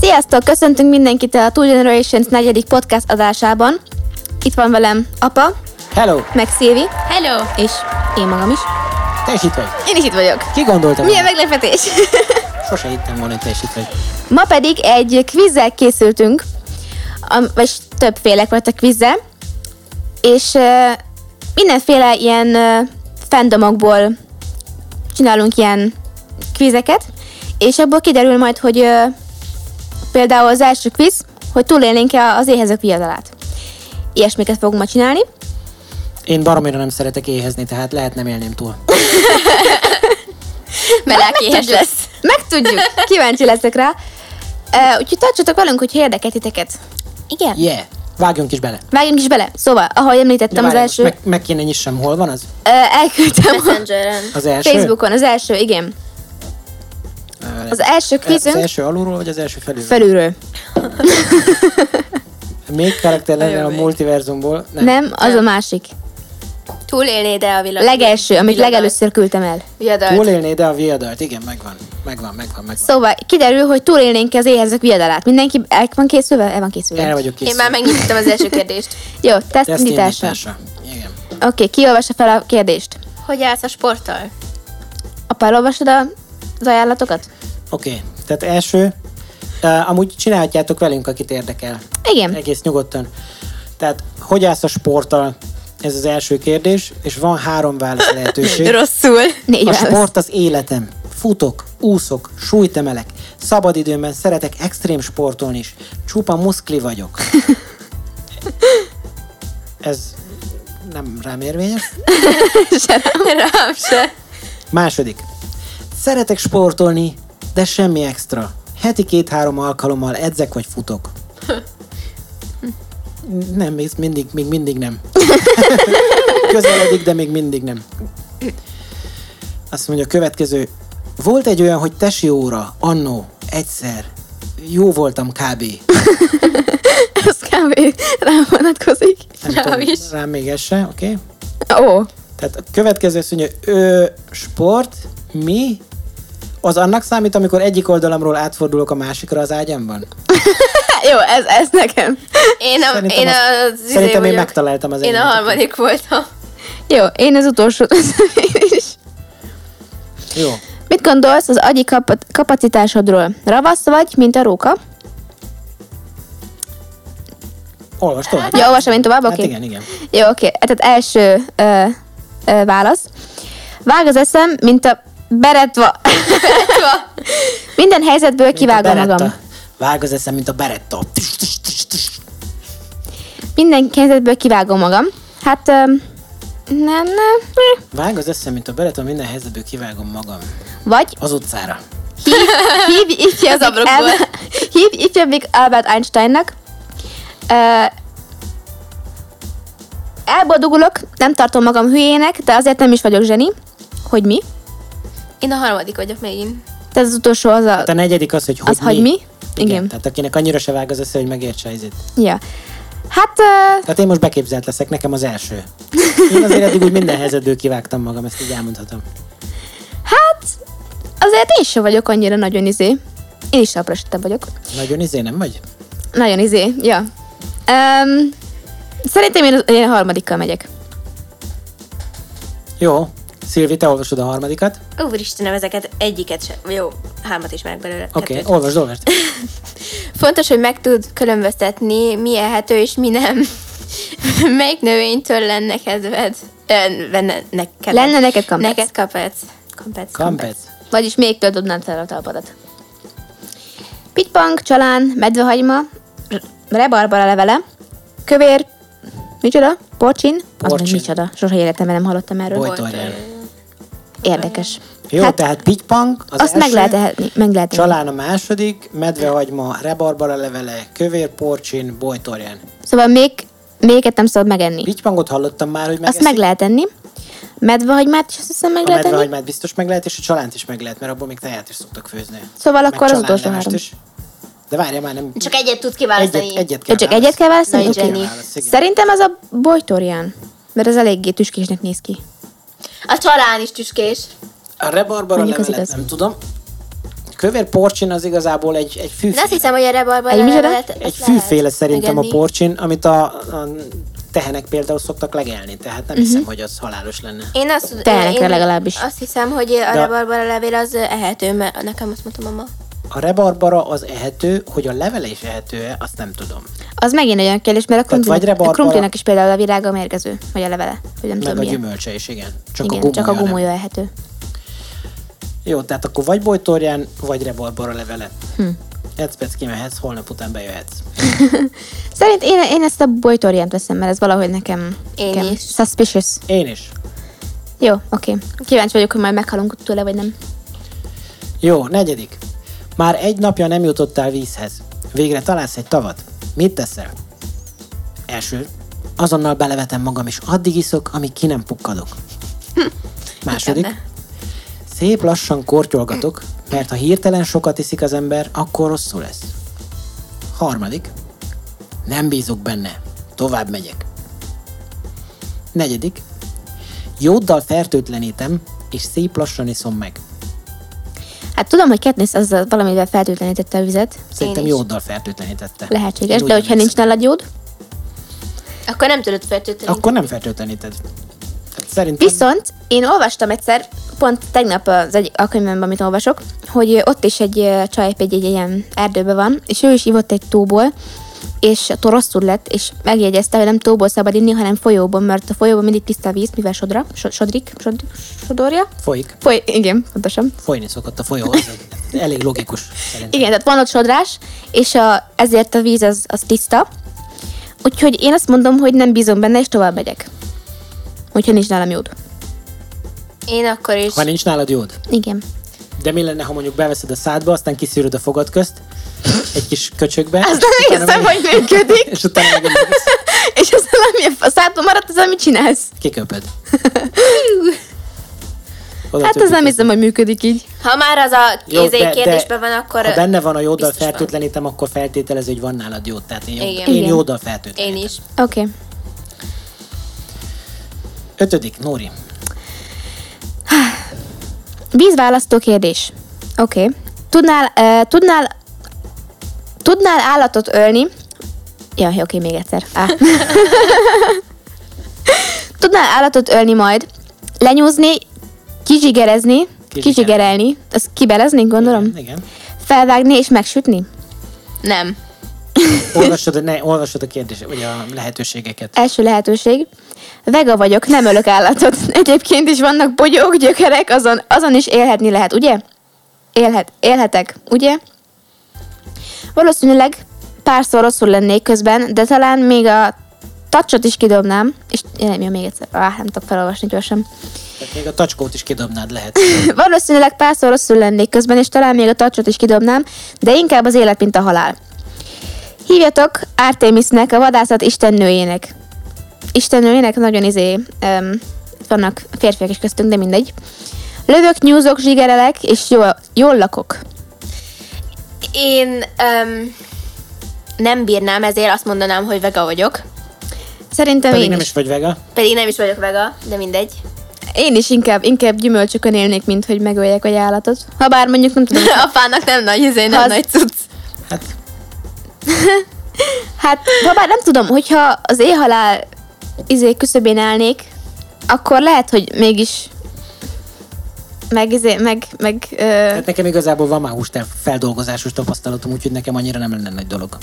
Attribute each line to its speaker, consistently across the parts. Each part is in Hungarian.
Speaker 1: Sziasztok! Köszöntünk mindenkit a Two Generations negyedik podcast adásában. Itt van velem apa,
Speaker 2: Hello,
Speaker 1: meg Szilvi,
Speaker 3: Hello!
Speaker 1: és én magam is.
Speaker 2: te is itt vagy.
Speaker 1: Én is itt vagyok.
Speaker 2: Ki gondolta?
Speaker 1: Milyen meglepetés!
Speaker 2: Sose hittem volna, hogy te is itt vagy.
Speaker 1: Ma pedig egy quizzel készültünk, am- vagy többfélek volt a quizze, és ö, mindenféle ilyen ö, fandomokból csinálunk ilyen quizeket, és abból kiderül majd, hogy ö, például az első quiz, hogy túlélnénk-e az éhezők viadalát. Ilyesmiket fogunk ma csinálni.
Speaker 2: Én baromira nem szeretek éhezni, tehát lehet nem élném túl.
Speaker 3: Melákéhes
Speaker 1: Megtudjuk.
Speaker 3: lesz.
Speaker 1: Megtudjuk, kíváncsi leszek rá. Ö, Úgyhogy tartsatok velünk, hogy érdekel titeket. Igen.
Speaker 2: Yeah, vágjunk is bele. De
Speaker 1: Vágjunk is bele. Szóval, ahogy említettem, az
Speaker 2: várjál,
Speaker 1: első...
Speaker 2: Meg, meg kéne nyissam, hol van az,
Speaker 1: Ö, elküldtem a
Speaker 3: Messengeren.
Speaker 2: az első?
Speaker 1: Facebookon, az első, igen.
Speaker 2: Ö,
Speaker 1: Az első
Speaker 2: Az
Speaker 1: quizünk
Speaker 2: első alulról, vagy az első felülről?
Speaker 1: felülről.
Speaker 2: Még karakter lenne a multiverzumból. Nem.
Speaker 1: Nem, az a másik.
Speaker 3: Túlélnéd el a világ.
Speaker 1: Legelső, amit
Speaker 3: Viadalt.
Speaker 1: legelőször küldtem el.
Speaker 3: Viadalt.
Speaker 2: Túlélné, de a viadalt. Igen, megvan. Megvan, megvan, megvan.
Speaker 1: Szóval kiderül, hogy túlélnénk az éhezők viadalát. Mindenki el van készülve? El van készülve.
Speaker 2: Erre vagyok kész.
Speaker 3: Én már megnyitottam az első kérdést.
Speaker 1: Jó, teszt indítása.
Speaker 2: Igen.
Speaker 1: Oké, ki olvassa fel a kérdést?
Speaker 3: Hogy állsz a sporttal?
Speaker 1: Apa, elolvasod a, az ajánlatokat?
Speaker 2: Oké, okay. tehát első, uh, amúgy csinálhatjátok velünk, akit érdekel.
Speaker 1: Igen.
Speaker 2: Egész nyugodtan. Tehát, hogy állsz a sporttal? Ez az első kérdés, és van három válasz lehetőség.
Speaker 3: Rosszul.
Speaker 1: Négy
Speaker 2: A
Speaker 1: válasz.
Speaker 2: sport az életem. Futok, úszok, súlyt emelek. Szabadidőmben szeretek extrém sportolni is. Csupa muszkli vagyok. Ez nem rám érvényes.
Speaker 3: Rám se.
Speaker 2: Második. Szeretek sportolni, de semmi extra. Heti két-három alkalommal edzek vagy futok. Nem, ez mindig, még mindig nem. Közeledik, de még mindig nem. Azt mondja a következő. Volt egy olyan, hogy tesi óra, annó, egyszer. Jó voltam kb.
Speaker 1: Ez kb. rám vonatkozik.
Speaker 2: Nem
Speaker 3: Rám
Speaker 2: tudom,
Speaker 3: is.
Speaker 2: Rám még ez se, oké? Okay?
Speaker 1: Ó,
Speaker 2: Tehát a következő azt mondja, ő sport, mi? Az annak számít, amikor egyik oldalamról átfordulok a másikra az ágyamban?
Speaker 1: jó, ez, ez nekem.
Speaker 3: Én, a,
Speaker 2: Szerintem
Speaker 3: én
Speaker 2: az-
Speaker 3: az, izé
Speaker 2: szerintem én
Speaker 3: vagyok.
Speaker 2: megtaláltam az
Speaker 3: Én a
Speaker 2: enyémet.
Speaker 3: harmadik voltam.
Speaker 1: Jó, én az utolsó. Én is.
Speaker 2: Jó.
Speaker 1: Mit gondolsz az agyi kap- kapacitásodról? Ravasz vagy, mint a róka?
Speaker 2: Olvasd tovább.
Speaker 1: Jó, olvasom én tovább,
Speaker 2: Hát
Speaker 1: oké?
Speaker 2: igen, igen.
Speaker 1: Jó, oké. Tehát első ö, ö, válasz. Vág az eszem, mint a beretva.
Speaker 3: Beretva.
Speaker 1: Minden helyzetből
Speaker 2: Mint a
Speaker 1: kivágom
Speaker 2: Beretta.
Speaker 1: magam.
Speaker 2: Vág az eszem, mint a beretta. Tis, tis, tis, tis.
Speaker 1: Minden helyzetből kivágom magam. Hát, ö, nem, nem. hm.
Speaker 2: Vág az eszem, mint a beretta, minden helyzetből kivágom magam.
Speaker 1: Vagy
Speaker 2: Az utcára.
Speaker 1: hívj
Speaker 3: Az
Speaker 1: ifjabbik,
Speaker 3: ablakból.
Speaker 1: Al- hívj ifjabbik Albert Einsteinnak. Ö, elboldogulok, nem tartom magam hülyének, de azért nem is vagyok zseni. Hogy mi?
Speaker 3: Én a harmadik vagyok megint.
Speaker 1: Tehát az utolsó az a...
Speaker 2: Tehát a negyedik az, hogy hogy
Speaker 1: Az, hogy mi? Igen.
Speaker 2: Tehát akinek annyira se vág az eszem, hogy megértse ezért.
Speaker 1: Ja. Hát, ö,
Speaker 2: Tehát én most beképzelt leszek, nekem az első. Én azért eddig úgy minden helyzetből kivágtam magam, ezt így elmondhatom.
Speaker 1: hát, azért én sem vagyok annyira nagyon izé. Én is aprasítabb vagyok.
Speaker 2: Nagyon izé, nem vagy?
Speaker 1: Nagyon izé, ja. Um, szerintem én, én a harmadikkal megyek.
Speaker 2: Jó. Szilvi, te olvasod a harmadikat.
Speaker 3: Úristenem, ezeket egyiket sem. Jó, hármat ismerek belőle.
Speaker 2: Oké,
Speaker 3: kettőt.
Speaker 2: okay, olvasd, olvasd.
Speaker 3: Fontos, hogy meg tud különböztetni, mi ehető és mi nem. Melyik növénytől lenne kedved? Ö, Lenne, neked.
Speaker 1: Lenne neked kampec.
Speaker 3: Neked kapec. Kampec.
Speaker 2: Kampec.
Speaker 1: Vagyis még több dobnád fel a talpadat. Pitpang, csalán, medvehagyma, r- rebarbara levele, kövér, micsoda? Porcsin? Az meg
Speaker 2: Porcsin.
Speaker 1: micsoda? Sose életemben nem hallottam erről.
Speaker 2: Boly.
Speaker 1: Érdekes.
Speaker 2: Jó, hát, tehát pitypang az
Speaker 1: Azt
Speaker 2: első,
Speaker 1: meg lehet, ehetni- meg lehet ehetni.
Speaker 2: Csalán a második, medvehagyma, rebarbara levele, kövér, porcsin, bojtorján.
Speaker 1: Szóval még, mélyeket nem szabad megenni.
Speaker 2: Pitypangot hallottam már, hogy
Speaker 1: Azt
Speaker 2: megeszik.
Speaker 1: meg lehet enni. Medvehagymát is azt hiszem meg
Speaker 2: a
Speaker 1: lehet enni.
Speaker 2: medvehagymát biztos meg lehet, és a csalánt is meg lehet, mert abból még tejet is szoktak főzni.
Speaker 1: Szóval
Speaker 2: Meg
Speaker 1: akkor az
Speaker 2: csalánlevest
Speaker 1: utolsó három.
Speaker 2: Is. De várja már, nem...
Speaker 3: Csak egyet tudsz
Speaker 2: Egyet,
Speaker 3: kiválasztani.
Speaker 2: egyet kell
Speaker 1: Ja, csak egyet kell választani?
Speaker 3: Nagy
Speaker 1: Oké.
Speaker 3: Jenny.
Speaker 2: Szerint...
Speaker 1: Szerintem az a bojtorján, mert ez eléggé tüskésnek néz ki.
Speaker 3: A csalán is tüskés.
Speaker 2: A rebarbara
Speaker 1: Mondjuk az
Speaker 2: levelet
Speaker 1: igaz.
Speaker 2: nem tudom. kövér porcsin az igazából egy, egy
Speaker 3: De
Speaker 2: fűféle.
Speaker 3: azt hiszem, hogy a rebarban
Speaker 1: Egy micsoda?
Speaker 2: egy fűféle szerintem a porcsin, amit a, a tehenek például szoktak legelni, tehát nem
Speaker 1: Mhm.
Speaker 2: hiszem, hogy az halálos lenne.
Speaker 3: Én azt,
Speaker 1: Tehenekre
Speaker 3: én
Speaker 1: legalábbis.
Speaker 3: azt hiszem, hogy
Speaker 2: De-
Speaker 3: a rabarbara levél az ehető, mert nekem azt mondta mama.
Speaker 2: A rebarbara az ehető, hogy a levele is ehető-e, azt nem tudom.
Speaker 1: Az megint olyan kérdés, mert a,
Speaker 2: Tehát vagy
Speaker 1: krumpli, a
Speaker 2: rebarbara-
Speaker 1: krumplinak is például a virága mérgező, vagy a levele, vagy nem
Speaker 2: Meg
Speaker 1: tudom
Speaker 2: a
Speaker 1: milyen.
Speaker 2: gyümölcse is, igen. Csak
Speaker 1: Igen,
Speaker 2: a gumója
Speaker 1: csak a
Speaker 2: nem.
Speaker 1: gumója ehető.
Speaker 2: Jó, tehát akkor vagy bojtorján, vagy rebarbara levele. Hm. Ecpec kimehetsz, holnap után bejöhetsz.
Speaker 1: Szerint én, én ezt a bojtorjent veszem, mert ez valahogy nekem,
Speaker 3: Én
Speaker 1: nekem
Speaker 3: is.
Speaker 1: suspicious.
Speaker 2: Én is.
Speaker 1: Jó, oké. Kíváncsi vagyok, hogy majd meghalunk tőle, vagy nem.
Speaker 2: Jó, negyedik. Már egy napja nem jutottál vízhez. Végre találsz egy tavat. Mit teszel? Első. Azonnal belevetem magam, és addig iszok, amíg ki nem pukkadok. Második. Szép lassan kortyolgatok, mert ha hirtelen sokat iszik az ember, akkor rosszul lesz. Harmadik. Nem bízok benne. Tovább megyek. Negyedik. Jóddal fertőtlenítem, és szép lassan iszom meg.
Speaker 1: Hát tudom, hogy Katniss azzal valamivel feltűtlenítette a vizet.
Speaker 2: Szerintem
Speaker 3: Én is.
Speaker 2: jóddal fertőtlenítette.
Speaker 1: Lehetséges,
Speaker 2: Én
Speaker 1: de
Speaker 2: úgy
Speaker 1: hogyha nincs
Speaker 2: emlékszem.
Speaker 1: nálad jód,
Speaker 3: Akkor nem tudod feltölteni.
Speaker 2: Akkor nem fertőtleníted. Tehát hát Szerintem
Speaker 1: Viszont én olvastam egyszer, pont tegnap az egy, a könyvemben, amit olvasok, hogy ott is egy ö, csaj egy, egy ilyen erdőben van, és ő is ivott egy tóból, és attól rosszul lett, és megjegyezte, hogy nem tóból szabad inni, hanem folyóból, mert a folyóban mindig tiszta a víz, mivel sodra, so, sodrik, sod, sodorja.
Speaker 2: folyik.
Speaker 1: Foly, igen, pontosan.
Speaker 2: Folyni szokott a folyó. az elég logikus. Szerintem.
Speaker 1: Igen, tehát van ott sodrás, és a, ezért a víz az, az tiszta. Úgyhogy én azt mondom, hogy nem bízom benne, és tovább megyek. Hogyha nincs nálam jód.
Speaker 3: Én akkor is.
Speaker 2: Ha nincs nálad jód.
Speaker 1: Igen.
Speaker 2: De mi lenne, ha mondjuk beveszed a szádba, aztán kiszűröd a fogad közt, egy kis köcsökbe.
Speaker 1: Azt nem hiszem, hogy működik.
Speaker 2: És utána meg
Speaker 1: És aztán ami a szádba Hát, maradt, az amit csinálsz.
Speaker 2: kiköpöd. Oda
Speaker 1: Hát az
Speaker 2: többit.
Speaker 1: nem izé- hiszem, hogy működik így.
Speaker 3: Ha már az a
Speaker 2: Jó, de-
Speaker 3: kézé
Speaker 2: de
Speaker 3: kérdésben van, akkor
Speaker 2: Ha benne van a jóddal
Speaker 3: biztos van.
Speaker 2: fertőtlenítem, akkor feltételező, hogy van nálad jód. Tehát én, jód,
Speaker 3: Igen.
Speaker 2: én
Speaker 1: Igen.
Speaker 2: jóddal
Speaker 3: én
Speaker 2: fertőtlenítem.
Speaker 3: is.
Speaker 1: Oké. Okay.
Speaker 2: Ötödik, Nóri.
Speaker 1: Vízválasztó kérdés. Oké. Okay. Tudnál, uh, tudnál, tudnál állatot ölni? Jaj, oké, okay, még egyszer. Ah. tudnál állatot ölni majd, lenyúzni, kizsigerezni, kizsigerelni, azt kibelezni, gondolom,
Speaker 2: Igen.
Speaker 1: felvágni és megsütni?
Speaker 3: Nem.
Speaker 2: Olvasod, a- ne, olvasod a kérdés, vagy a lehetőségeket.
Speaker 1: Első lehetőség. Vega vagyok, nem ölök állatot. Egyébként is vannak bogyók, gyökerek, azon, azon is élhetni lehet, ugye? Élhet, élhetek, ugye? Valószínűleg párszor rosszul lennék közben, de talán még a tacsot is kidobnám, és nem jön még egyszer, ah, nem tudok felolvasni gyorsan.
Speaker 2: Tehát még a tacskót is kidobnád lehet.
Speaker 1: Valószínűleg párszor rosszul lennék közben, és talán még a tacsot is kidobnám, de inkább az élet, mint a halál. Hívjatok Artemisnek, a vadászat istennőjének. Istennőjének nagyon izé, um, vannak férfiak is köztünk, de mindegy. Lövök, nyúzok, zsigerelek, és jól, jól lakok.
Speaker 3: Én um, nem bírnám, ezért azt mondanám, hogy vega vagyok.
Speaker 1: Szerintem
Speaker 2: Pedig
Speaker 1: én
Speaker 2: nem
Speaker 1: is.
Speaker 2: is vagy vega.
Speaker 3: Pedig nem is vagyok vega, de mindegy.
Speaker 1: én is inkább, inkább gyümölcsökön élnék, mint hogy megöljek egy állatot. Habár mondjuk nem tudom.
Speaker 3: Apának nem nagy, ezért nem
Speaker 1: Az-
Speaker 3: nagy cucc.
Speaker 2: Hát
Speaker 1: Hát, ha bár nem tudom, hogyha az éhhalál izé küszöbén állnék, akkor lehet, hogy mégis meg, izé, meg, meg ö,
Speaker 2: Hát nekem igazából van már hústel feldolgozásos tapasztalatom, úgyhogy nekem annyira nem lenne nagy dolog.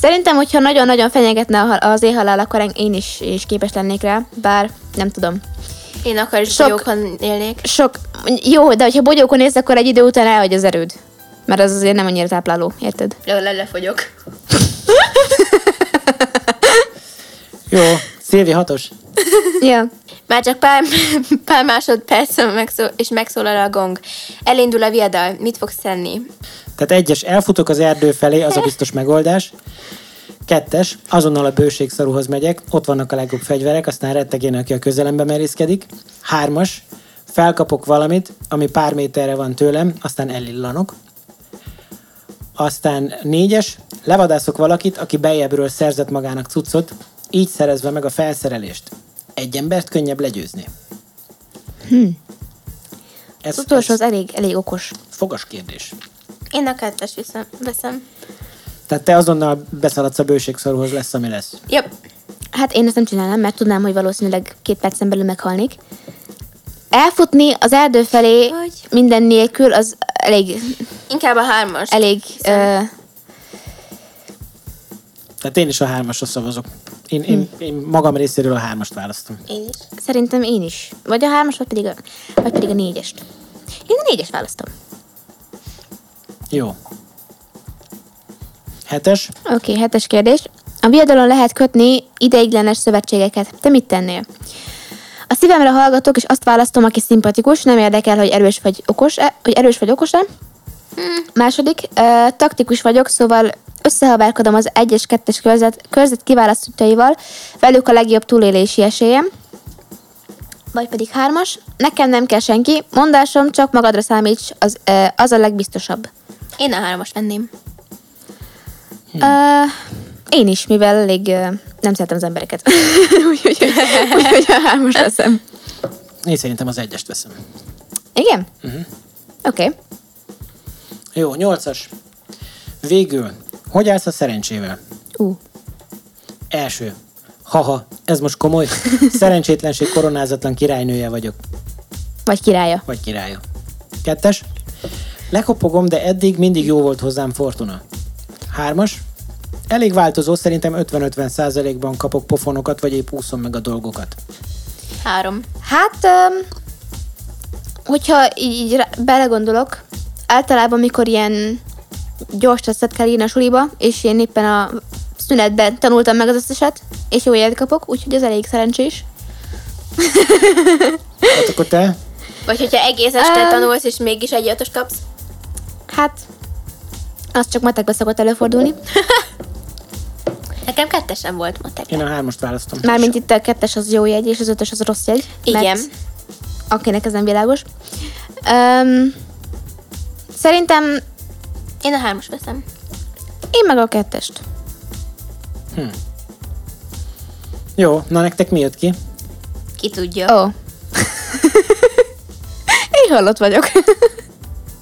Speaker 1: szerintem, hogyha nagyon-nagyon fenyegetne a hal- az éhhalál, akkor en- én is, én is képes lennék rá, bár nem tudom.
Speaker 3: Én akkor is
Speaker 1: Sok-
Speaker 3: jókon élnék.
Speaker 1: Sok, jó, de hogyha bogyókon élsz, akkor egy idő után elhagy az erőd. Mert az azért nem annyira tápláló, érted?
Speaker 3: Le, le, lefogyok.
Speaker 2: Jó, Szilvi hatos.
Speaker 1: Ja.
Speaker 3: Már csak pár, pár másodperc, megszól, és megszólal a gong. Elindul a viadal. Mit fogsz tenni?
Speaker 2: Tehát egyes, elfutok az erdő felé, az a biztos megoldás. Kettes, azonnal a bőségszaruhoz megyek, ott vannak a legjobb fegyverek, aztán rettegén, aki a közelembe merészkedik. Hármas, felkapok valamit, ami pár méterre van tőlem, aztán elillanok. Aztán négyes, levadászok valakit, aki beljebbről szerzett magának cuccot, így szerezve meg a felszerelést. Egy embert könnyebb legyőzni.
Speaker 1: Az
Speaker 2: Ez,
Speaker 1: utolsó az elég, elég okos.
Speaker 2: ez fogas kérdés.
Speaker 3: Én a kettes viszem, veszem.
Speaker 2: Tehát te azonnal beszaladsz a bőségszorhoz, lesz, ami lesz.
Speaker 3: Jobb.
Speaker 1: Hát én ezt nem csinálnám, mert tudnám, hogy valószínűleg két percen belül meghalnék. Elfutni az erdő felé
Speaker 3: Hogy?
Speaker 1: minden nélkül az elég,
Speaker 3: Inkább a hármas.
Speaker 1: elég ö,
Speaker 2: Tehát én is a hármasra szavazok. Én, én, én magam részéről a hármast választom.
Speaker 3: Én is.
Speaker 1: szerintem én is. Vagy a hármas, vagy pedig a, vagy pedig a négyest. Én a négyest választom.
Speaker 2: Jó. Hetes.
Speaker 1: Oké, okay, hetes kérdés. A viadalon lehet kötni ideiglenes szövetségeket. Te mit tennél? A szívemre hallgatok, és azt választom, aki szimpatikus, nem érdekel, hogy erős vagy okos-e, hogy erős vagy okos-e. Második, ö, taktikus vagyok, szóval összehavárkodom az 1 és 2-es körzet, körzet kiválasztottaival, velük a legjobb túlélési esélyem. Vagy pedig hármas, nekem nem kell senki, mondásom csak magadra számíts, az, ö, az a legbiztosabb.
Speaker 3: Én a hármas venném.
Speaker 1: Uh, én is, mivel elég uh, nem szeretem az embereket. Úgyhogy úgy, a hármas leszem.
Speaker 2: Én szerintem az egyest veszem.
Speaker 1: Igen? Uh-huh. Oké. Okay.
Speaker 2: Jó, nyolcas. Végül, hogy állsz a szerencsével?
Speaker 1: Uh.
Speaker 2: Első. Haha, ez most komoly. Szerencsétlenség koronázatlan királynője vagyok.
Speaker 1: Vagy királya.
Speaker 2: Vagy királya. Kettes. Lekopogom, de eddig mindig jó volt hozzám Fortuna. Hármas. Elég változó, szerintem 50-50 százalékban kapok pofonokat, vagy épp úszom meg a dolgokat.
Speaker 3: Három.
Speaker 1: Hát, um, hogyha így, így rá- belegondolok, általában mikor ilyen gyors tesztet kell írni a suliba, és én éppen a szünetben tanultam meg az összeset, és jó jegyet kapok, úgyhogy az elég szerencsés.
Speaker 2: Hát akkor te?
Speaker 3: Vagy hogyha egész este
Speaker 1: Öm.
Speaker 3: tanulsz, és mégis egy ötös kapsz.
Speaker 1: Hát, az csak matekben szokott előfordulni.
Speaker 3: Nekem kettesen volt matek.
Speaker 2: Én a hármast választom.
Speaker 1: Mármint itt a kettes az jó jegy, és az ötös az rossz jegy.
Speaker 3: Igen.
Speaker 1: Mert akinek ez nem világos. Um, szerintem
Speaker 3: Én a hármas veszem.
Speaker 1: én meg a kettest.
Speaker 2: Jó, na nektek mi jött ki?
Speaker 3: Ki tudja.
Speaker 1: Ó. Oh. én hallott vagyok.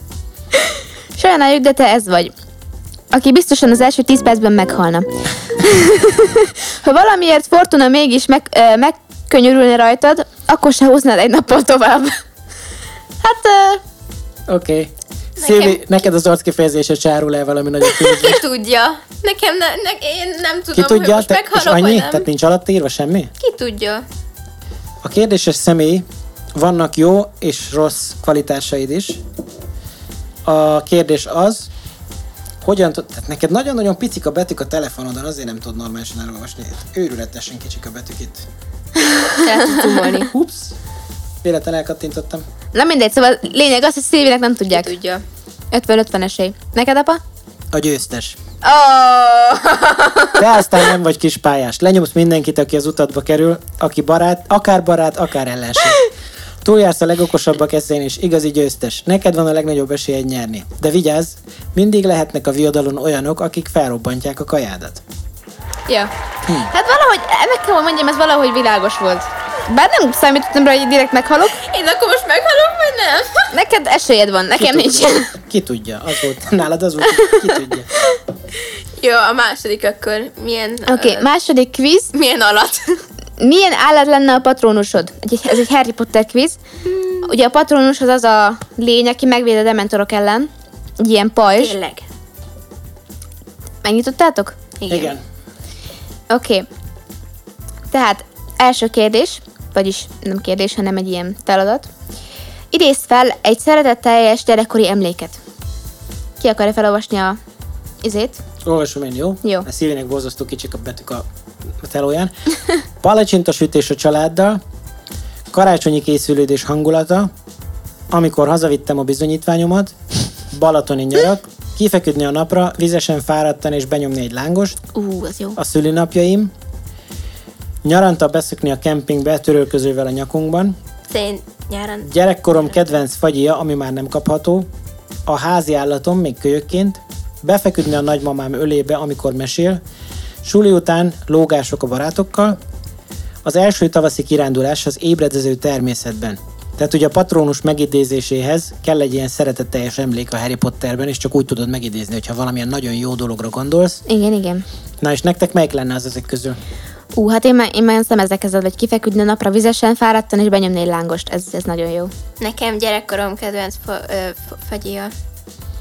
Speaker 1: Sajnáljuk, de te ez vagy. Aki biztosan az első 10 percben meghalna. ha valamiért Fortuna mégis meg, ö, megkönyörülne rajtad, akkor se húznád egy nappal tovább. hát, ö,
Speaker 2: Oké. Okay. Szilvi, neked az arckifejezése csárul el valami nagyon különböző.
Speaker 3: Ki tudja. Nekem ne, ne, én nem tudom,
Speaker 2: Ki
Speaker 3: hogy
Speaker 2: tudja,
Speaker 3: most
Speaker 2: te, és
Speaker 3: meghalok,
Speaker 2: annyi?
Speaker 3: vagy nem.
Speaker 2: Tehát nincs alatt írva semmi?
Speaker 3: Ki tudja.
Speaker 2: A kérdéses személy, vannak jó és rossz kvalitásaid is. A kérdés az, hogyan tud, tehát neked nagyon-nagyon picik a betűk a telefonodon, azért nem tud normálisan elolvasni. Őrületesen kicsik a betűk itt.
Speaker 3: El tud tumolni.
Speaker 2: Ups, véletlen elkattintottam.
Speaker 1: Na mindegy, szóval lényeg az, hogy Szilvinek nem
Speaker 3: Ki
Speaker 1: tudják.
Speaker 3: tudja.
Speaker 1: 50-50 esély. Neked, apa?
Speaker 2: A győztes.
Speaker 1: Oh!
Speaker 2: De aztán nem vagy kis pályás. Lenyomsz mindenkit, aki az utatba kerül, aki barát, akár barát, akár ellenség. Túljársz a legokosabbak eszén is, igazi győztes. Neked van a legnagyobb esélyed nyerni. De vigyázz, mindig lehetnek a viadalon olyanok, akik felrobbantják a kajádat.
Speaker 1: ja. Hát valahogy, meg kell hogy mondjam, ez valahogy világos volt. Bár nem számítottam rá, hogy direkt meghalok.
Speaker 3: Én akkor most meghalok, vagy nem?
Speaker 1: Neked esélyed van, nekem
Speaker 2: Ki
Speaker 1: nincs.
Speaker 2: tudja? Ki tudja, az volt, nálad az volt, hogy ki tudja.
Speaker 3: Jó, a második akkor. Milyen...
Speaker 1: Oké, okay,
Speaker 3: ö,
Speaker 1: második quiz.
Speaker 3: milyen alatt?
Speaker 1: Milyen állat lenne a patronusod? Egy- Ez egy Harry Potter quiz. Ugye a patronus az az a lény, aki megvéd a dementorok ellen. Egy ilyen pajzs.
Speaker 3: Tényleg.
Speaker 1: Megnyitottátok?
Speaker 3: Igen.
Speaker 2: Igen.
Speaker 1: Oké. Okay. Tehát első kérdés, vagyis nem kérdés, hanem egy ilyen feladat. Idézz fel egy szeretetteljes gyerekkori emléket. Ki akarja felolvasni a izét?
Speaker 2: Olvasom én, jó?
Speaker 1: Jó.
Speaker 2: A szívének borzasztó kicsik a betűk a a telóján. Palacsintasütés a családdal, karácsonyi készülődés hangulata, amikor hazavittem a bizonyítványomat, balatoni nyarak, kifeküdni a napra, vizesen fáradtan és benyomni egy lángost,
Speaker 1: Ú, az jó.
Speaker 2: a szülinapjaim, nyaranta beszökni a kempingbe törölközővel a nyakunkban,
Speaker 3: Szerint nyáron.
Speaker 2: Gyerekkorom kedvenc fagyia, ami már nem kapható. A házi állatom, még kölyökként. Befeküdni a nagymamám ölébe, amikor mesél. Suli után lógások a barátokkal. Az első tavaszi kirándulás az ébredező természetben. Tehát ugye a patronus megidézéséhez kell egy ilyen szeretetteljes emlék a Harry Potterben, és csak úgy tudod megidézni, hogyha valamilyen nagyon jó dologra gondolsz.
Speaker 1: Igen, igen.
Speaker 2: Na és nektek melyik lenne az ezek közül?
Speaker 1: Ú, hát én már, én már szemezek ezzel, hogy kifeküdni a napra vizesen, fáradtan, és benyomni egy lángost. Ez, ez nagyon jó.
Speaker 3: Nekem gyerekkorom kedvenc fa- ö, fa- fagyia.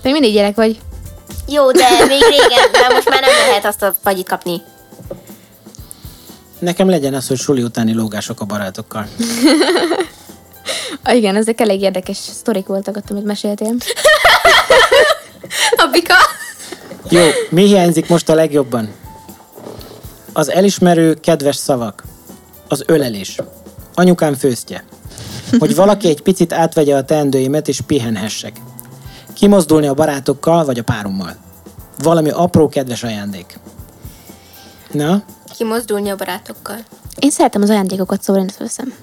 Speaker 1: Még mindig gyerek vagy.
Speaker 4: Jó, de még régen, de most már nem lehet azt a fagyit kapni.
Speaker 2: Nekem legyen az, hogy suli utáni lógások a barátokkal.
Speaker 1: Ah, igen, ezek elég érdekes sztorik voltak ott, amit meséltél.
Speaker 3: Apika!
Speaker 2: Jó, mi hiányzik most a legjobban? Az elismerő, kedves szavak. Az ölelés. Anyukám főztje. Hogy valaki egy picit átvegye a teendőimet és pihenhessek. Kimozdulni a barátokkal vagy a párommal. Valami apró, kedves ajándék. Na,
Speaker 3: Kimozdulni a barátokkal.
Speaker 1: Én szeretem az ajándékokat, szóval én ezt veszem.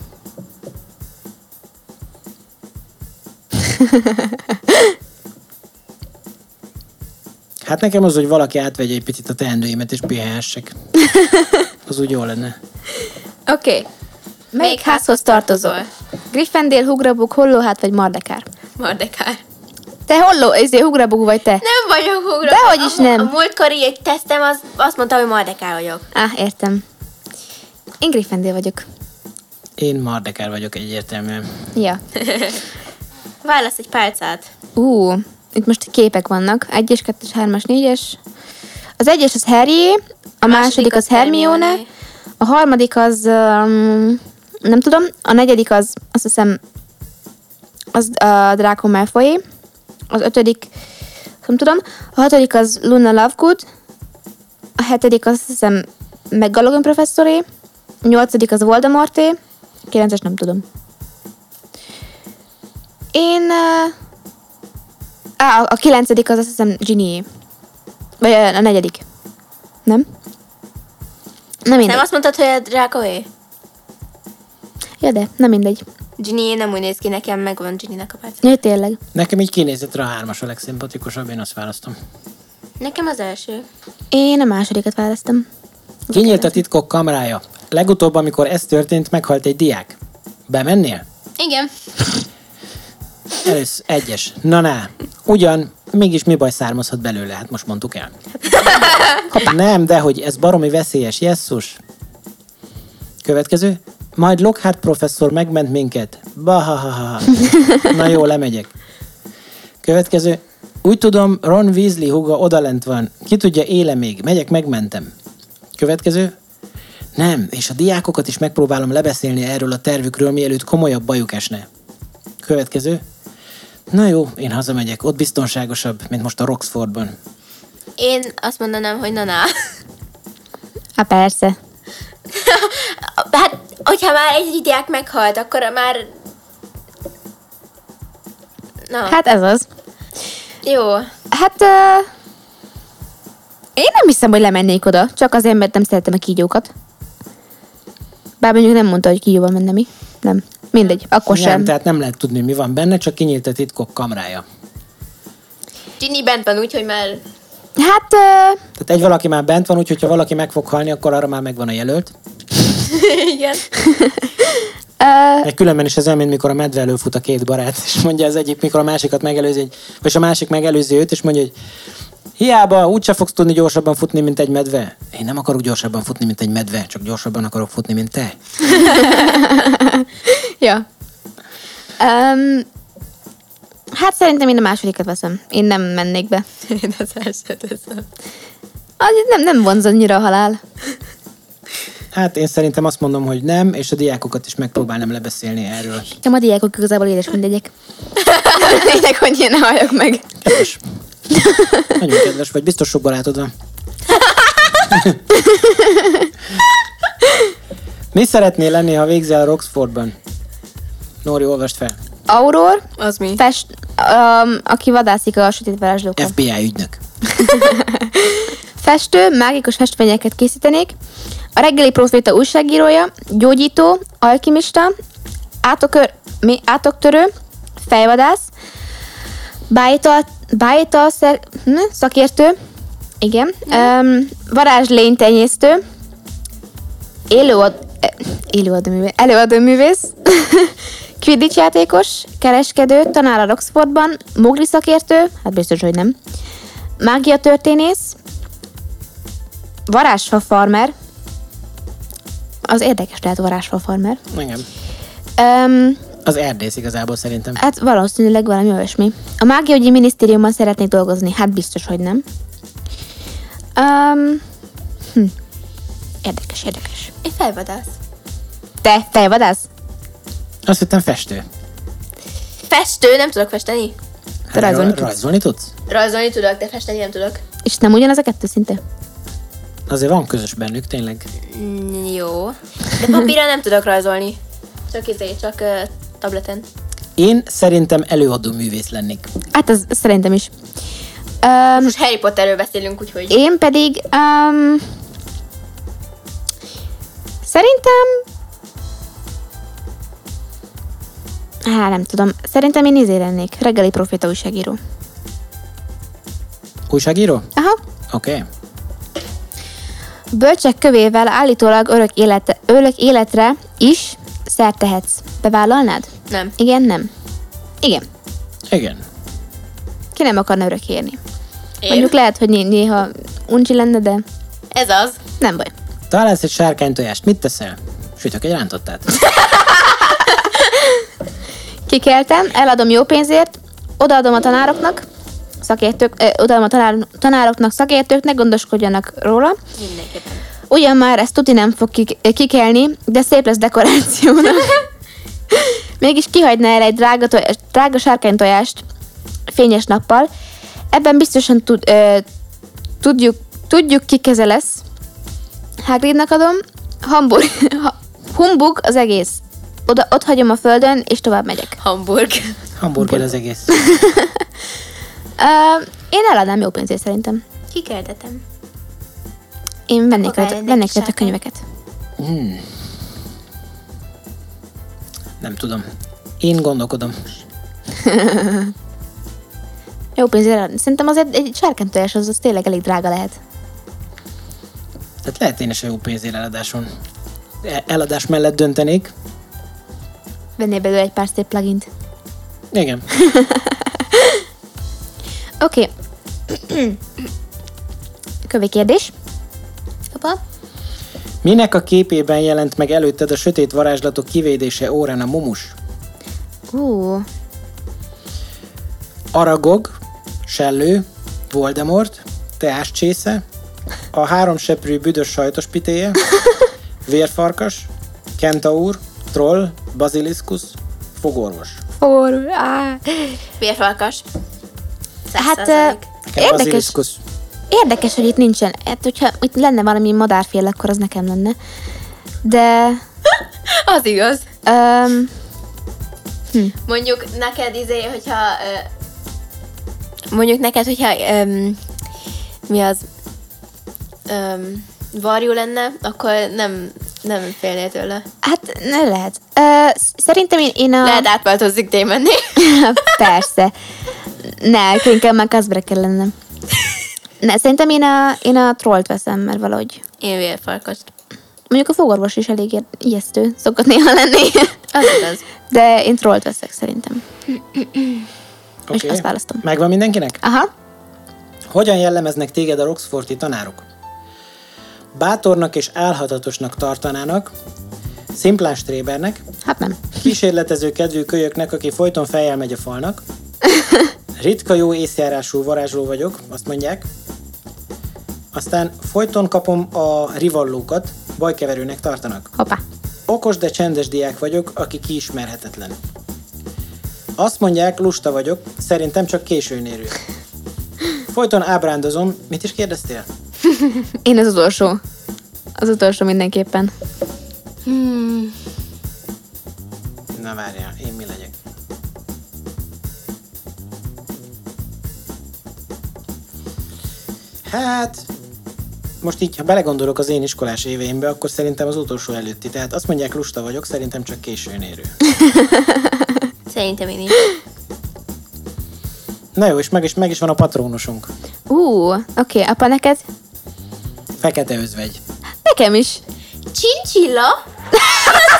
Speaker 2: hát nekem az, hogy valaki átvegye egy picit a teendőimet és pihenhessek. Az úgy jó lenne.
Speaker 1: Oké. Okay. Melyik házhoz tartozol? Gryffindor, Hugrabug, Hollóhát vagy Mardekár?
Speaker 3: Mardekár.
Speaker 1: Te Holló, ezért Hugrabug vagy te?
Speaker 4: Nem vagyok ugra.
Speaker 1: Dehogy is nem.
Speaker 4: A múltkori egy tesztem, az azt mondta, hogy Mardekár vagyok.
Speaker 1: Á, ah, értem. Én Gryffindor vagyok.
Speaker 2: Én Mardekár vagyok egyértelműen.
Speaker 1: Ja.
Speaker 4: Válasz egy pálcát.
Speaker 1: Ú, itt most képek vannak. Egyes, kettes, hármas, négyes. Az egyes az Harry, a, a második az Hermione,
Speaker 4: Hermione.
Speaker 1: a harmadik az, um, nem tudom, a negyedik az, azt hiszem, az a Draco Malfoy, az ötödik, nem tudom, a hatodik az Luna Lovegood, a hetedik azt hiszem McGonagall professzoré, a nyolcadik az Voldemorté, a kilences nem tudom. Én... Uh, á, a kilencedik az azt hiszem Ginny. Vagy ö, a negyedik. Nem? Nem mindegy.
Speaker 4: Nem azt mondtad, hogy a Dracoé?
Speaker 1: Ja, de nem mindegy.
Speaker 4: Ginny nem úgy néz ki, nekem megvan Ginny-nek a pálcát.
Speaker 1: Jaj, tényleg.
Speaker 2: Nekem így kinézetre a hármas a legszimpatikusabb, én azt választom.
Speaker 4: Nekem az első.
Speaker 1: Én a másodikat választom.
Speaker 2: Kinyílt a titkok kamrája. Legutóbb, amikor ez történt, meghalt egy diák. Bemennél?
Speaker 3: Igen.
Speaker 2: Elősz, egyes. Na ne. Ugyan, mégis mi baj származhat belőle, hát most mondtuk el. Hoppá. Nem, de hogy ez baromi veszélyes, jesszus. Következő. Majd Lockhart professzor megment minket. Bahahaha. Na jó, lemegyek. Következő. Úgy tudom, Ron Weasley húga odalent van. Ki tudja, éle még. Megyek, megmentem. Következő. Nem, és a diákokat is megpróbálom lebeszélni erről a tervükről, mielőtt komolyabb bajuk esne. Következő. Na jó, én hazamegyek. Ott biztonságosabb, mint most a Roxfordban.
Speaker 3: Én azt mondanám, hogy naná.
Speaker 1: Há, persze.
Speaker 4: Hát, hogyha már egy diák meghalt, akkor már... Na,
Speaker 1: Hát ez az.
Speaker 4: jó.
Speaker 1: Hát... Uh, én nem hiszem, hogy lemennék oda, csak azért, mert nem szeretem a kígyókat. Bár mondjuk nem mondta, hogy kígyóval menne mi. Nem. Mindegy, akkor
Speaker 2: nem,
Speaker 1: sem.
Speaker 2: tehát nem lehet tudni, mi van benne, csak kinyílt a titkok kamrája.
Speaker 3: Ginny bent van, úgyhogy már...
Speaker 1: Hát, uh,
Speaker 2: Tehát egy valaki már bent van, úgyhogy ha valaki meg fog halni, akkor arra már megvan a jelölt.
Speaker 3: Igen.
Speaker 2: De különben is ez olyan, mint mikor a medve előfut a két barát, és mondja az egyik, mikor a másikat megelőzi, egy- vagy a másik megelőzi őt, és mondja, hogy hiába úgyse fogsz tudni gyorsabban futni, mint egy medve. Én nem akarok gyorsabban futni, mint egy medve, csak gyorsabban akarok futni, mint te.
Speaker 1: ja. Um, hát szerintem én a másodikat veszem. Én nem mennék be.
Speaker 3: Én az elsőt veszem.
Speaker 1: Az nem, nem vonz annyira a halál.
Speaker 2: Hát én szerintem azt mondom, hogy nem, és a diákokat is megpróbálnám lebeszélni erről.
Speaker 1: Nekem a diákok igazából édes mindegyek. Lényeg, hogy én ne halljak meg.
Speaker 2: Kedves. Nagyon kedves vagy, biztos sok barátod van. Mi szeretnél lenni, ha végzel Roxfordban? Nóri, olvast fel.
Speaker 1: Auror,
Speaker 3: Az mi?
Speaker 1: fest, um, aki vadászik a sötét varázslókon.
Speaker 2: FBI ügynök.
Speaker 1: Festő, mágikus festményeket készítenék. A reggeli proféta újságírója, gyógyító, alkimista, átokör, mi, átoktörő, fejvadász, bájtal, bájtal szer, hm, szakértő, igen, um, varázslénytenyésztő, e, élőad, eh, élőadóművész, előadóművész, Quidditch játékos, kereskedő, tanár a Roxfordban, mogli szakértő, hát biztos, hogy nem, mágia történész, varázsfa farmer, az érdekes lehet varázsfa farmer,
Speaker 2: Igen.
Speaker 1: Öm,
Speaker 2: Az erdész igazából szerintem.
Speaker 1: hát valószínűleg valami olyasmi. A mágiaügyi minisztériumban szeretnék dolgozni, hát biztos, hogy nem. Öm, hm. Érdekes, érdekes.
Speaker 3: Én felvadász.
Speaker 1: Te fejvadász?
Speaker 2: Azt hittem festő.
Speaker 3: Festő, nem tudok festeni.
Speaker 2: Hát
Speaker 1: rajzolni tudsz?
Speaker 2: rajzolni tudsz?
Speaker 3: Rajzolni tudok, de festeni nem tudok.
Speaker 1: És nem ugyanaz a kettő szinte?
Speaker 2: Azért van közös bennük, tényleg.
Speaker 3: Mm, jó. De papírra nem tudok rajzolni. Csak izé, csak ö, tableten.
Speaker 2: Én szerintem előadó művész lennék.
Speaker 1: Hát az szerintem is. Öm,
Speaker 3: Most Harry Potterről beszélünk, úgyhogy...
Speaker 1: Én pedig um, szerintem Há, nem tudom. Szerintem én izé lennék. Reggeli profita újságíró.
Speaker 2: Újságíró?
Speaker 1: Aha.
Speaker 2: Oké. Okay.
Speaker 1: Bölcsek kövével állítólag örök, élete, örök életre is szert tehetsz. Bevállalnád?
Speaker 3: Nem.
Speaker 1: Igen, nem. Igen.
Speaker 2: Igen.
Speaker 1: Ki nem akarna örök érni.
Speaker 3: Én.
Speaker 1: Mondjuk lehet, hogy né- néha uncsi lenne, de
Speaker 3: Ez az.
Speaker 1: nem baj.
Speaker 2: Találsz egy sárkánytojást, mit teszel? Sütök egy rántottát.
Speaker 1: Kikeltem, eladom jó pénzért, odaadom a tanároknak, szakértők, ö, odaadom a tanár, tanároknak, szakértőknek, gondoskodjanak róla.
Speaker 3: Mindenképpen.
Speaker 1: Ugyan már ezt tuti nem fog kik, ö, kikelni, de szép lesz dekorációnak. Mégis kihagyná el egy drága, tojás, drága sárkánytojást fényes nappal. Ebben biztosan tud, ö, tudjuk, tudjuk ki keze lesz. Hagridnak adom. Hamburg, ha- humbug az egész. Oda, ott hagyom a földön, és tovább megyek.
Speaker 3: Hamburg.
Speaker 2: Hamburger az egész.
Speaker 1: Ö, én eladnám jó pénzért szerintem.
Speaker 4: Kikeltetem.
Speaker 1: Én vennék
Speaker 4: Hová
Speaker 1: rajta,
Speaker 4: lennék
Speaker 1: vennék
Speaker 4: is
Speaker 1: rajta
Speaker 4: sárkány?
Speaker 1: könyveket.
Speaker 2: Hmm. Nem tudom. Én gondolkodom.
Speaker 1: Jó pénzért eladni. Szerintem az egy, egy sárkánytojás az, az tényleg elég drága lehet.
Speaker 2: Tehát lehet én is a jó pénzért eladáson. E- Eladás mellett döntenék.
Speaker 1: Vennél belőle egy pár szép plugint.
Speaker 2: Igen.
Speaker 1: Oké. Okay. Kövé kérdés. Apa?
Speaker 2: Minek a képében jelent meg előtted a sötét varázslatok kivédése órán a mumus?
Speaker 1: Ú,
Speaker 2: Aragog, Sellő, Voldemort, Teás csésze, a három seprű büdös sajtos pitéje, Vérfarkas, Kentaur, Troll, Baziliszkusz, Fogorvos.
Speaker 1: forró, á.
Speaker 3: Vérfalkas.
Speaker 1: Hát ö,
Speaker 3: százalék.
Speaker 1: érdekes,
Speaker 2: Baziliszkusz.
Speaker 1: érdekes, hogy itt nincsen. Hát, hogyha itt lenne valami madárfél, akkor az nekem lenne. De...
Speaker 3: Az igaz.
Speaker 1: Um,
Speaker 3: Mondjuk neked izé, hogyha... Ö, mondjuk neked, hogyha... Öm, mi az? Öm, varjú lenne, akkor nem, nem félnél tőle.
Speaker 1: hát ne lehet. Uh, szerintem én, én a...
Speaker 3: Lehet átváltozik témenni.
Speaker 1: Persze. Ne, akkor inkább már kaszbre kell lennem. Ne, szerintem én a, én a trollt veszem, mert valahogy...
Speaker 3: Én vérfarkast.
Speaker 1: Mondjuk a fogorvos is elég ilyen- ijesztő, szokott néha lenni.
Speaker 3: Az igaz.
Speaker 1: De én trollt veszek szerintem. Most
Speaker 2: Oké.
Speaker 1: azt választom.
Speaker 2: Megvan mindenkinek?
Speaker 1: Aha.
Speaker 2: Hogyan jellemeznek téged a Roxforti tanárok? Bátornak és álhatatosnak tartanának, szimplán strébernek,
Speaker 1: Hát nem.
Speaker 2: kísérletező kedvű kölyöknek, aki folyton fejjel megy a falnak. Ritka jó észjárású varázsló vagyok, azt mondják. Aztán folyton kapom a rivallókat, bajkeverőnek tartanak.
Speaker 1: Hoppá.
Speaker 2: Okos, de csendes diák vagyok, aki kiismerhetetlen. Azt mondják, lusta vagyok, szerintem csak későn érő. Folyton ábrándozom, mit is kérdeztél?
Speaker 1: Én az utolsó. Az utolsó mindenképpen.
Speaker 2: Na várjál, én mi legyek? Hát, most így, ha belegondolok az én iskolás éveimbe, akkor szerintem az utolsó előtti. Tehát azt mondják, lusta vagyok, szerintem csak későn érő.
Speaker 3: Szerintem én is.
Speaker 2: Na jó, és meg is, meg is van a patrónusunk.
Speaker 1: Ú, oké, apa neked?
Speaker 2: Fekete özvegy.
Speaker 1: Nekem is.
Speaker 3: Csincsilla?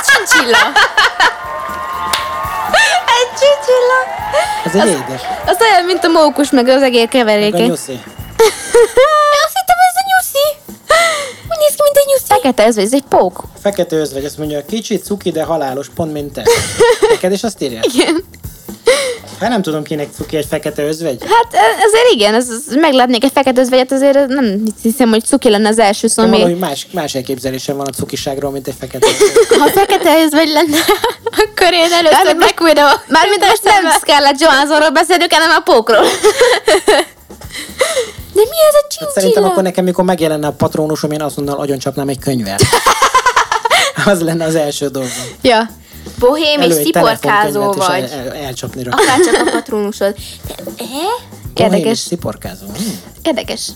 Speaker 3: Csincsilla.
Speaker 2: Ez egy édes.
Speaker 1: Az olyan, mint a mókus, meg az egér
Speaker 2: Meg a
Speaker 1: keveréke.
Speaker 2: nyuszi.
Speaker 4: Azt hittem, ez a nyuszi. Úgy néz ki, mint egy nyuszi.
Speaker 1: Fekete ez, ez egy pók.
Speaker 2: Fekete özvegy, azt mondja, kicsit cuki, de halálos, pont mint te. Neked is azt írja?
Speaker 1: Igen.
Speaker 2: Hát nem tudom, kinek cuki egy fekete özvegy.
Speaker 1: Hát e- azért igen, az, az meglátnék egy fekete özvegyet, azért ez nem hiszem, hogy cuki lenne az első szó,
Speaker 2: Nekem
Speaker 1: ami...
Speaker 2: valahogy más, más elképzelésem van a cukiságról, mint egy fekete özvegy.
Speaker 4: Ha fekete özvegy lenne, akkor én először
Speaker 1: Mármint
Speaker 4: Black Widow.
Speaker 1: Mármint most nem Scarlett Johanssonról beszélünk, hanem a pókról.
Speaker 4: De mi ez a csin
Speaker 2: Szerintem akkor nekem, mikor megjelenne a patronusom, én azonnal agyoncsapnám egy könyvvel. Az lenne az első dolgom.
Speaker 1: ja.
Speaker 4: Bohém és
Speaker 2: Elő egy
Speaker 4: sziporkázó
Speaker 2: telefonkönyvet, és
Speaker 4: vagy. Ah,
Speaker 2: el, el, elcsapni rá.
Speaker 4: Akárcsak a patrónusod. De- E?
Speaker 2: Bohém és
Speaker 1: Érdekes.
Speaker 2: Sziporkázó. Hm.
Speaker 1: Érdekes.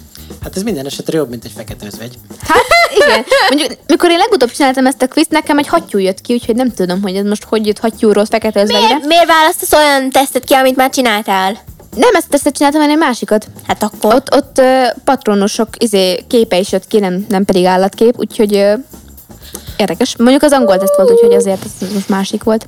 Speaker 2: Hát ez minden esetre jobb, mint egy fekete özvegy.
Speaker 1: Hát igen. Mondjuk, mikor én legutóbb csináltam ezt a quizt, nekem egy hattyú jött ki, úgyhogy nem tudom, hogy ez most hogy jött hattyúról fekete özvegyre.
Speaker 4: Miért, miért választasz olyan tesztet ki, amit már csináltál?
Speaker 1: Nem ezt tesztet csináltam, hanem egy másikat.
Speaker 4: Hát akkor.
Speaker 1: Ott, ott ö, patronosok izé, képe is jött ki, nem, nem pedig állatkép, úgyhogy ö, érdekes. Mondjuk az angol teszt volt, úgyhogy azért ez most másik volt.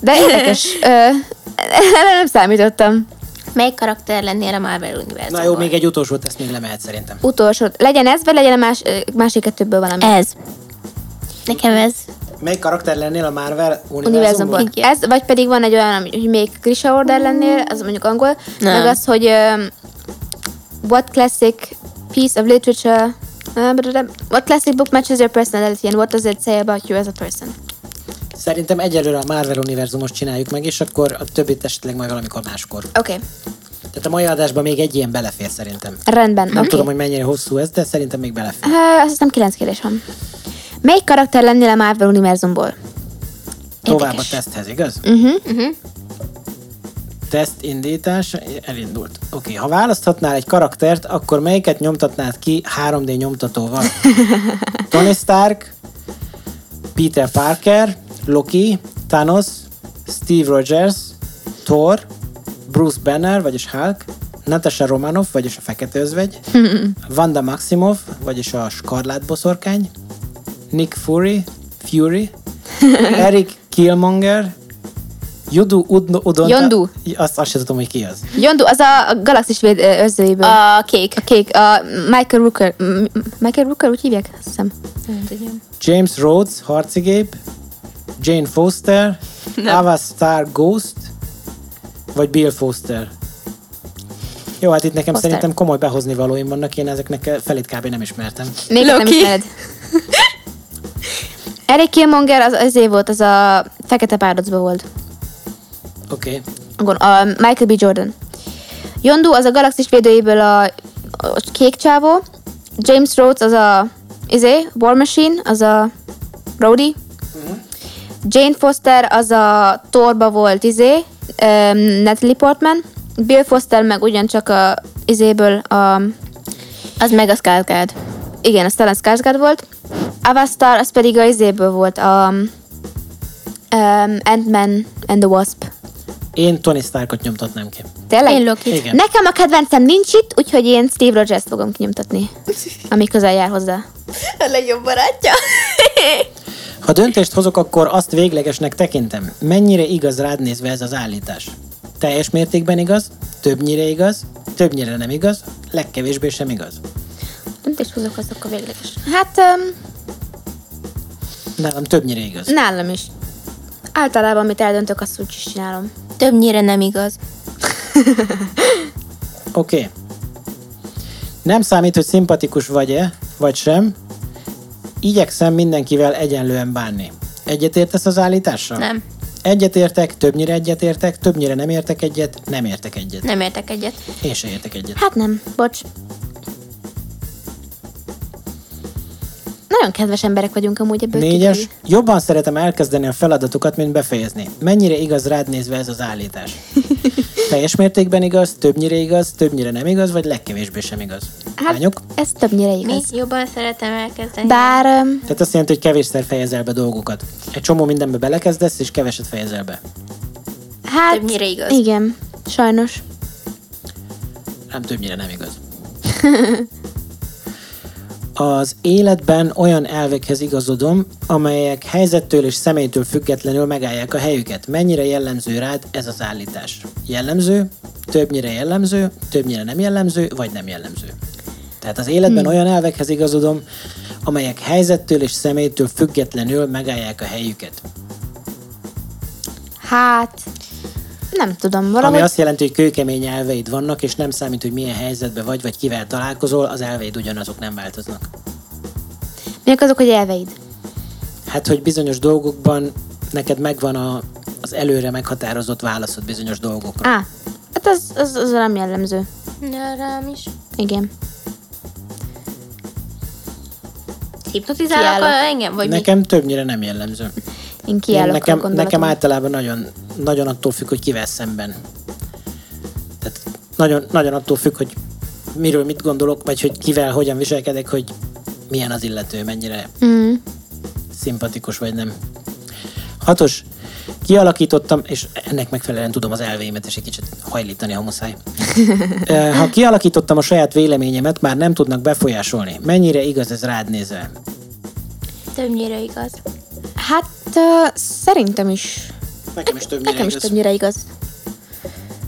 Speaker 1: De érdekes. Ö, erre nem számítottam.
Speaker 4: Melyik karakter lennél a Marvel univerzumban?
Speaker 2: Na jó, még egy utolsó teszt még lemehet szerintem.
Speaker 1: Utolsó. Legyen ez, vagy legyen a más, ö, másik kettőből valami.
Speaker 4: Ez. Nekem ez.
Speaker 2: Mely karakter lennél a Marvel univerzumban?
Speaker 1: univerzumban.
Speaker 4: Igen.
Speaker 1: Ez, vagy pedig van egy olyan, ami- hogy még Grisha Order lennél, az mondjuk angol,
Speaker 4: Nem.
Speaker 1: meg az, hogy um, what classic piece of literature uh, blablabla, What classic book matches your personality and what does it say about you as a person?
Speaker 2: Szerintem egyelőre a Marvel univerzumos csináljuk meg, és akkor a többit esetleg majd valamikor máskor.
Speaker 1: Oké, okay.
Speaker 2: Tehát a mai adásban még egy ilyen belefér szerintem.
Speaker 1: rendben.
Speaker 2: Nem
Speaker 1: oké.
Speaker 2: tudom, hogy mennyire hosszú ez, de szerintem még belefér.
Speaker 1: Ö, Azt hiszem kilenc kérdés van. Melyik karakter lennél a Marvel univerzumból?
Speaker 2: Tovább a teszthez, igaz?
Speaker 1: Uh-huh.
Speaker 2: Teszt indítás elindult. Oké, okay, ha választhatnál egy karaktert, akkor melyiket nyomtatnád ki 3D nyomtatóval? Tony Stark, Peter Parker, Loki, Thanos, Steve Rogers, Thor, Bruce Banner, vagyis Hulk, Natasha Romanoff, vagyis a Fekete Özvegy, Vanda Maximoff, vagyis a Skarlát Boszorkány, Nick Fury, Fury, Eric Killmonger, Jodu Udno, Udonta,
Speaker 1: Yondu.
Speaker 2: Azt, azt sem tudom, hogy ki az.
Speaker 1: Yondu, az a, a galaxis véd ö, őrzőjéből. A,
Speaker 4: A kék.
Speaker 1: a kék, a Michael Rooker. M- Michael Rooker, úgy hívják? Azt hiszem.
Speaker 4: Nem tudom.
Speaker 2: James Rhodes, harcigép, Jane Foster, Ava Star Ghost, vagy Bill Foster. Jó, hát itt nekem
Speaker 1: Foster.
Speaker 2: szerintem komoly behozni valóim vannak, én ezeknek felét kb. nem ismertem.
Speaker 1: Még nem
Speaker 4: Loki.
Speaker 1: ismered. Eric Killmonger az, az év volt, az a Fekete Párocban volt.
Speaker 2: Oké. Okay.
Speaker 1: Akkor A Michael B. Jordan. Yondu az a galaxis védőjéből a, a kék csávó. James Rhodes az a izé, War Machine, az a Rhodey. Jane Foster az a Torba volt izé, um, Natalie Portman. Bill Foster meg ugyancsak a izéből a
Speaker 4: Az meg a Skalkád.
Speaker 1: igen, a Stellan Skarsgård volt. Avastar, az pedig a izéből volt, a um, Ant-Man and the Wasp.
Speaker 2: Én Tony Starkot nyomtatnám ki.
Speaker 1: Tényleg?
Speaker 4: Én Lokit.
Speaker 2: Igen.
Speaker 1: Nekem a kedvencem nincs itt, úgyhogy én Steve Rogers fogom kinyomtatni, ami közel jár hozzá.
Speaker 4: A legjobb barátja.
Speaker 2: Ha döntést hozok, akkor azt véglegesnek tekintem. Mennyire igaz rád nézve ez az állítás? Teljes mértékben igaz, többnyire igaz, többnyire nem igaz, legkevésbé sem igaz.
Speaker 1: Nem is hozok, az akkor végleges. Hát, um,
Speaker 2: Nálam többnyire igaz.
Speaker 1: nálam is. Általában, amit eldöntök, azt úgy is csinálom.
Speaker 4: Többnyire nem igaz.
Speaker 2: Oké. Okay. Nem számít, hogy szimpatikus vagy-e, vagy sem. Igyekszem mindenkivel egyenlően bánni. Egyetértesz az állítással?
Speaker 4: Nem.
Speaker 2: Egyetértek, többnyire egyetértek, többnyire nem értek egyet, nem értek egyet.
Speaker 4: Nem értek egyet.
Speaker 2: Én se értek egyet.
Speaker 1: Hát nem, bocs. Nagyon kedves emberek vagyunk amúgy ebből.
Speaker 2: Négyes.
Speaker 1: kiderül.
Speaker 2: Jobban szeretem elkezdeni a feladatokat, mint befejezni. Mennyire igaz rád nézve ez az állítás? Teljes mértékben igaz, többnyire igaz, többnyire nem igaz, vagy legkevésbé sem igaz?
Speaker 1: Hát,
Speaker 2: Lányok?
Speaker 1: ez többnyire igaz.
Speaker 4: Még jobban szeretem elkezdeni.
Speaker 1: Bár öm,
Speaker 2: Tehát azt jelenti, hogy kevésszer fejezel be dolgokat. Egy csomó mindenbe belekezdesz, és keveset fejezel be.
Speaker 1: hát...
Speaker 4: Többnyire igaz.
Speaker 1: Igen, sajnos.
Speaker 2: Nem többnyire nem igaz. Az életben olyan elvekhez igazodom, amelyek helyzettől és személytől függetlenül megállják a helyüket. Mennyire jellemző rád ez az állítás? Jellemző, többnyire jellemző, többnyire nem jellemző, vagy nem jellemző? Tehát az életben olyan elvekhez igazodom, amelyek helyzettől és személytől függetlenül megállják a helyüket.
Speaker 1: Hát, nem tudom,
Speaker 2: Ami
Speaker 1: valahogy
Speaker 2: azt jelenti, hogy kőkemény elveid vannak, és nem számít, hogy milyen helyzetben vagy, vagy kivel találkozol, az elveid ugyanazok nem változnak.
Speaker 1: Miek azok, hogy elveid?
Speaker 2: Hát, hogy bizonyos dolgokban neked megvan a, az előre meghatározott válaszod bizonyos dolgokra.
Speaker 1: Á, hát az, az, az nem jellemző.
Speaker 4: Ja, rám is.
Speaker 1: Igen.
Speaker 3: Hipnotizálnak
Speaker 1: Kiállok.
Speaker 3: a- engem, vagy mi?
Speaker 2: nekem többnyire nem jellemző.
Speaker 1: Én
Speaker 2: Én
Speaker 1: kiállok a
Speaker 2: nekem,
Speaker 1: gondolatom.
Speaker 2: nekem általában nagyon, nagyon attól függ, hogy kivel szemben. Tehát nagyon, nagyon attól függ, hogy miről mit gondolok, vagy hogy kivel hogyan viselkedek, hogy milyen az illető, mennyire
Speaker 1: Mm.
Speaker 2: szimpatikus vagy nem. Hatos, kialakítottam, és ennek megfelelően tudom az elvéimet is egy kicsit hajlítani, ha muszáj. Ö, Ha kialakítottam a saját véleményemet, már nem tudnak befolyásolni. Mennyire igaz ez rád nézve?
Speaker 4: Többnyire igaz.
Speaker 1: Hát ö, szerintem is.
Speaker 2: Nekem is többnyire
Speaker 1: Nekem is
Speaker 2: igaz.
Speaker 1: többnyire igaz.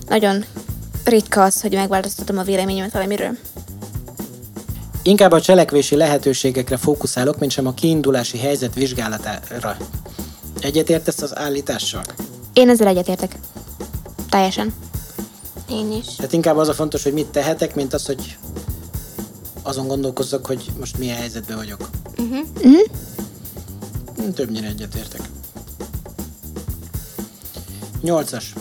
Speaker 1: Nagyon ritka az, hogy megváltoztatom a véleményemet valamiről.
Speaker 2: Inkább a cselekvési lehetőségekre fókuszálok, mint sem a kiindulási helyzet vizsgálatára. Egyetértesz az állítással?
Speaker 1: Én ezzel egyetértek. Teljesen.
Speaker 4: Én is.
Speaker 2: Tehát inkább az a fontos, hogy mit tehetek, mint az, hogy azon gondolkozzak, hogy most milyen helyzetben vagyok. Uh-huh. Többnyire egyetértek. Nyolcas.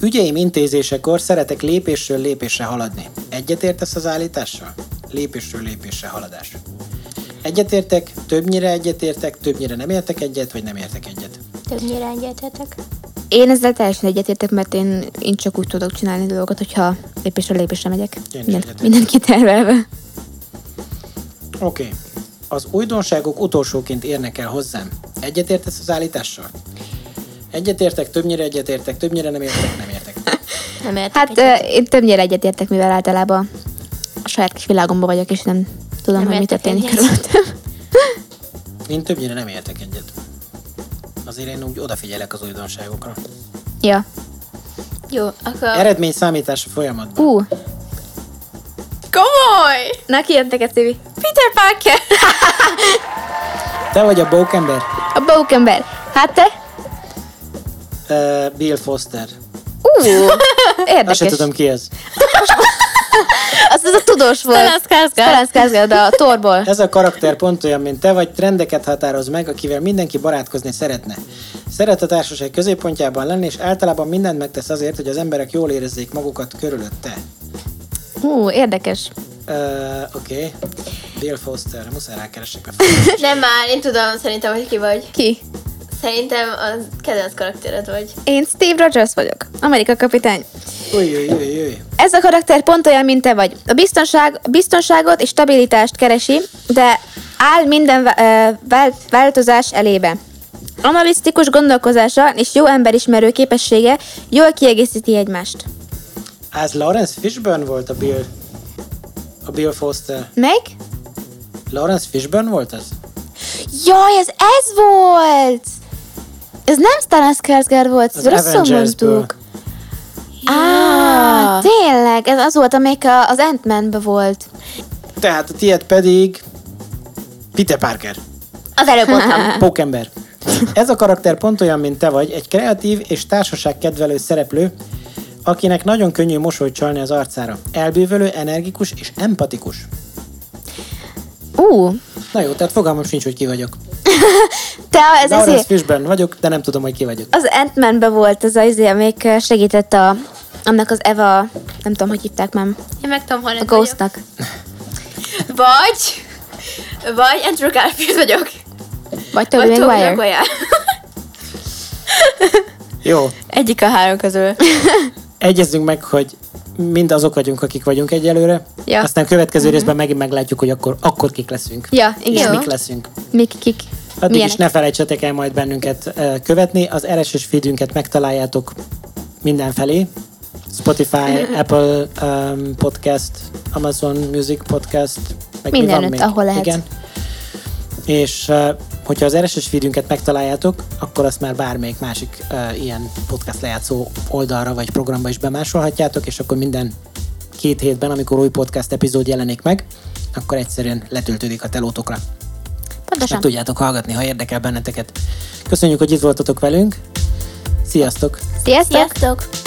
Speaker 2: Ügyeim intézésekor szeretek lépésről lépésre haladni. Egyetértesz az állítással? Lépésről lépésre haladás. Egyetértek, többnyire egyetértek, többnyire nem értek egyet, vagy nem értek egyet.
Speaker 4: Többnyire egyetetek.
Speaker 1: Én ezzel teljesen egyetértek, mert én, én csak úgy tudok csinálni dolgokat, hogyha lépésről lépésre megyek. Minden,
Speaker 2: egyetértek.
Speaker 1: minden kitervelve.
Speaker 2: Oké. Okay. Az újdonságok utolsóként érnek el hozzám. Egyetértesz az állítással? Egyetértek, többnyire egyetértek, többnyire nem értek, nem értek.
Speaker 3: Nem értek
Speaker 1: Hát
Speaker 3: egyet.
Speaker 1: ö, én többnyire egyetértek, mivel általában a saját kis világomban vagyok, és nem tudom,
Speaker 3: Nem
Speaker 1: hogy mi
Speaker 3: értek
Speaker 1: történik
Speaker 3: egyet.
Speaker 1: körülöttem.
Speaker 2: Én többnyire nem értek egyet. Azért én úgy odafigyelek az újdonságokra.
Speaker 1: ja.
Speaker 3: Jó, akkor...
Speaker 2: Eredmény számítása folyamatban.
Speaker 1: Ú,
Speaker 3: Komoly!
Speaker 1: na ki jön neked, Tibi?
Speaker 3: Peter Parker!
Speaker 2: Te vagy a Bókember?
Speaker 1: A Bókember. Hát te?
Speaker 2: Uh, Bill Foster.
Speaker 1: Ú,
Speaker 2: Azt se
Speaker 1: érdekes.
Speaker 2: tudom ki ez.
Speaker 1: Az, az a tudós
Speaker 3: Stellan
Speaker 1: volt.
Speaker 3: Skarsgård.
Speaker 1: Ferenc Kázgád a torból.
Speaker 2: Ez a karakter pont olyan, mint te vagy, trendeket határoz meg, akivel mindenki barátkozni szeretne. Szeret a társaság középpontjában lenni, és általában mindent megtesz azért, hogy az emberek jól érezzék magukat körülötte.
Speaker 1: Ú, érdekes.
Speaker 2: Uh, Oké. Okay. Bill Foster, muszáj rákeresek a
Speaker 3: Nem már, én tudom, szerintem, hogy ki vagy.
Speaker 1: Ki?
Speaker 3: Szerintem a kedvenc karaktered vagy.
Speaker 1: Én Steve Rogers vagyok, Amerika kapitány.
Speaker 2: Uj, uj, uj, uj.
Speaker 1: Ez a karakter pont olyan, mint te vagy. A biztonság, biztonságot és stabilitást keresi, de áll minden vá- ö, vál- változás elébe. Analisztikus gondolkozása és jó emberismerő képessége jól kiegészíti egymást.
Speaker 2: Az Lawrence Fishburne volt a Bill. A Bill Foster.
Speaker 1: Meg?
Speaker 2: Lawrence Fishburne volt az?
Speaker 1: Jaj, ez ez volt! Ez nem Stellan Skarsgård volt,
Speaker 2: Az
Speaker 1: ez rosszul
Speaker 2: Avengersből.
Speaker 1: mondtuk. Ah, tényleg, ez az volt, amelyik a- az ant man volt.
Speaker 2: Tehát a tiéd pedig... Peter Parker.
Speaker 3: Az előbb voltam.
Speaker 2: Pókember. Ez a karakter pont olyan, mint te vagy, egy kreatív és társaságkedvelő szereplő, akinek nagyon könnyű mosolyt csalni az arcára. Elbűvölő, energikus és empatikus.
Speaker 1: Ú,
Speaker 2: Na jó, tehát fogalmam sincs, hogy ki vagyok.
Speaker 1: te ez
Speaker 2: Lawrence
Speaker 1: ezért...
Speaker 2: Fishburne vagyok, de nem tudom, hogy ki vagyok.
Speaker 1: Az ant volt az az izé, amelyik segített a, annak az Eva, nem tudom, hogy hívták már,
Speaker 3: Én meg Tom
Speaker 1: a
Speaker 3: Holland vagyok.
Speaker 1: Ghostnak.
Speaker 3: Vagy... Vagy Andrew Garfield vagyok.
Speaker 1: Vagy Tobey
Speaker 3: Vagy Tobey
Speaker 1: Maguire.
Speaker 3: Maguire.
Speaker 2: Jó,
Speaker 3: Egyik a három közül.
Speaker 2: egyezzünk meg, hogy mind azok vagyunk, akik vagyunk egyelőre.
Speaker 1: Ja.
Speaker 2: Aztán következő részben megint meglátjuk, hogy akkor, akkor kik leszünk.
Speaker 1: Ja,
Speaker 2: És
Speaker 1: igen.
Speaker 2: mik leszünk.
Speaker 1: Mik, kik?
Speaker 2: Addig
Speaker 1: Milyenek?
Speaker 2: Hát is ne felejtsetek el majd bennünket ö, követni. Az RSS feedünket megtaláljátok mindenfelé. Spotify, Apple um, Podcast, Amazon Music Podcast, meg mi van
Speaker 1: Mindenütt,
Speaker 2: még.
Speaker 1: ahol lehet.
Speaker 2: Igen. És eh, hogyha az RSS feedünket megtaláljátok, akkor azt már bármelyik másik eh, ilyen podcast lejátszó oldalra vagy programba is bemásolhatjátok, és akkor minden két hétben, amikor új podcast epizód jelenik meg, akkor egyszerűen letöltődik a telótokra. Meg
Speaker 1: Pontosan.
Speaker 2: tudjátok hallgatni, ha érdekel benneteket. Köszönjük, hogy itt voltatok velünk. Sziasztok!
Speaker 1: Sziasztok!
Speaker 4: Sziasztok!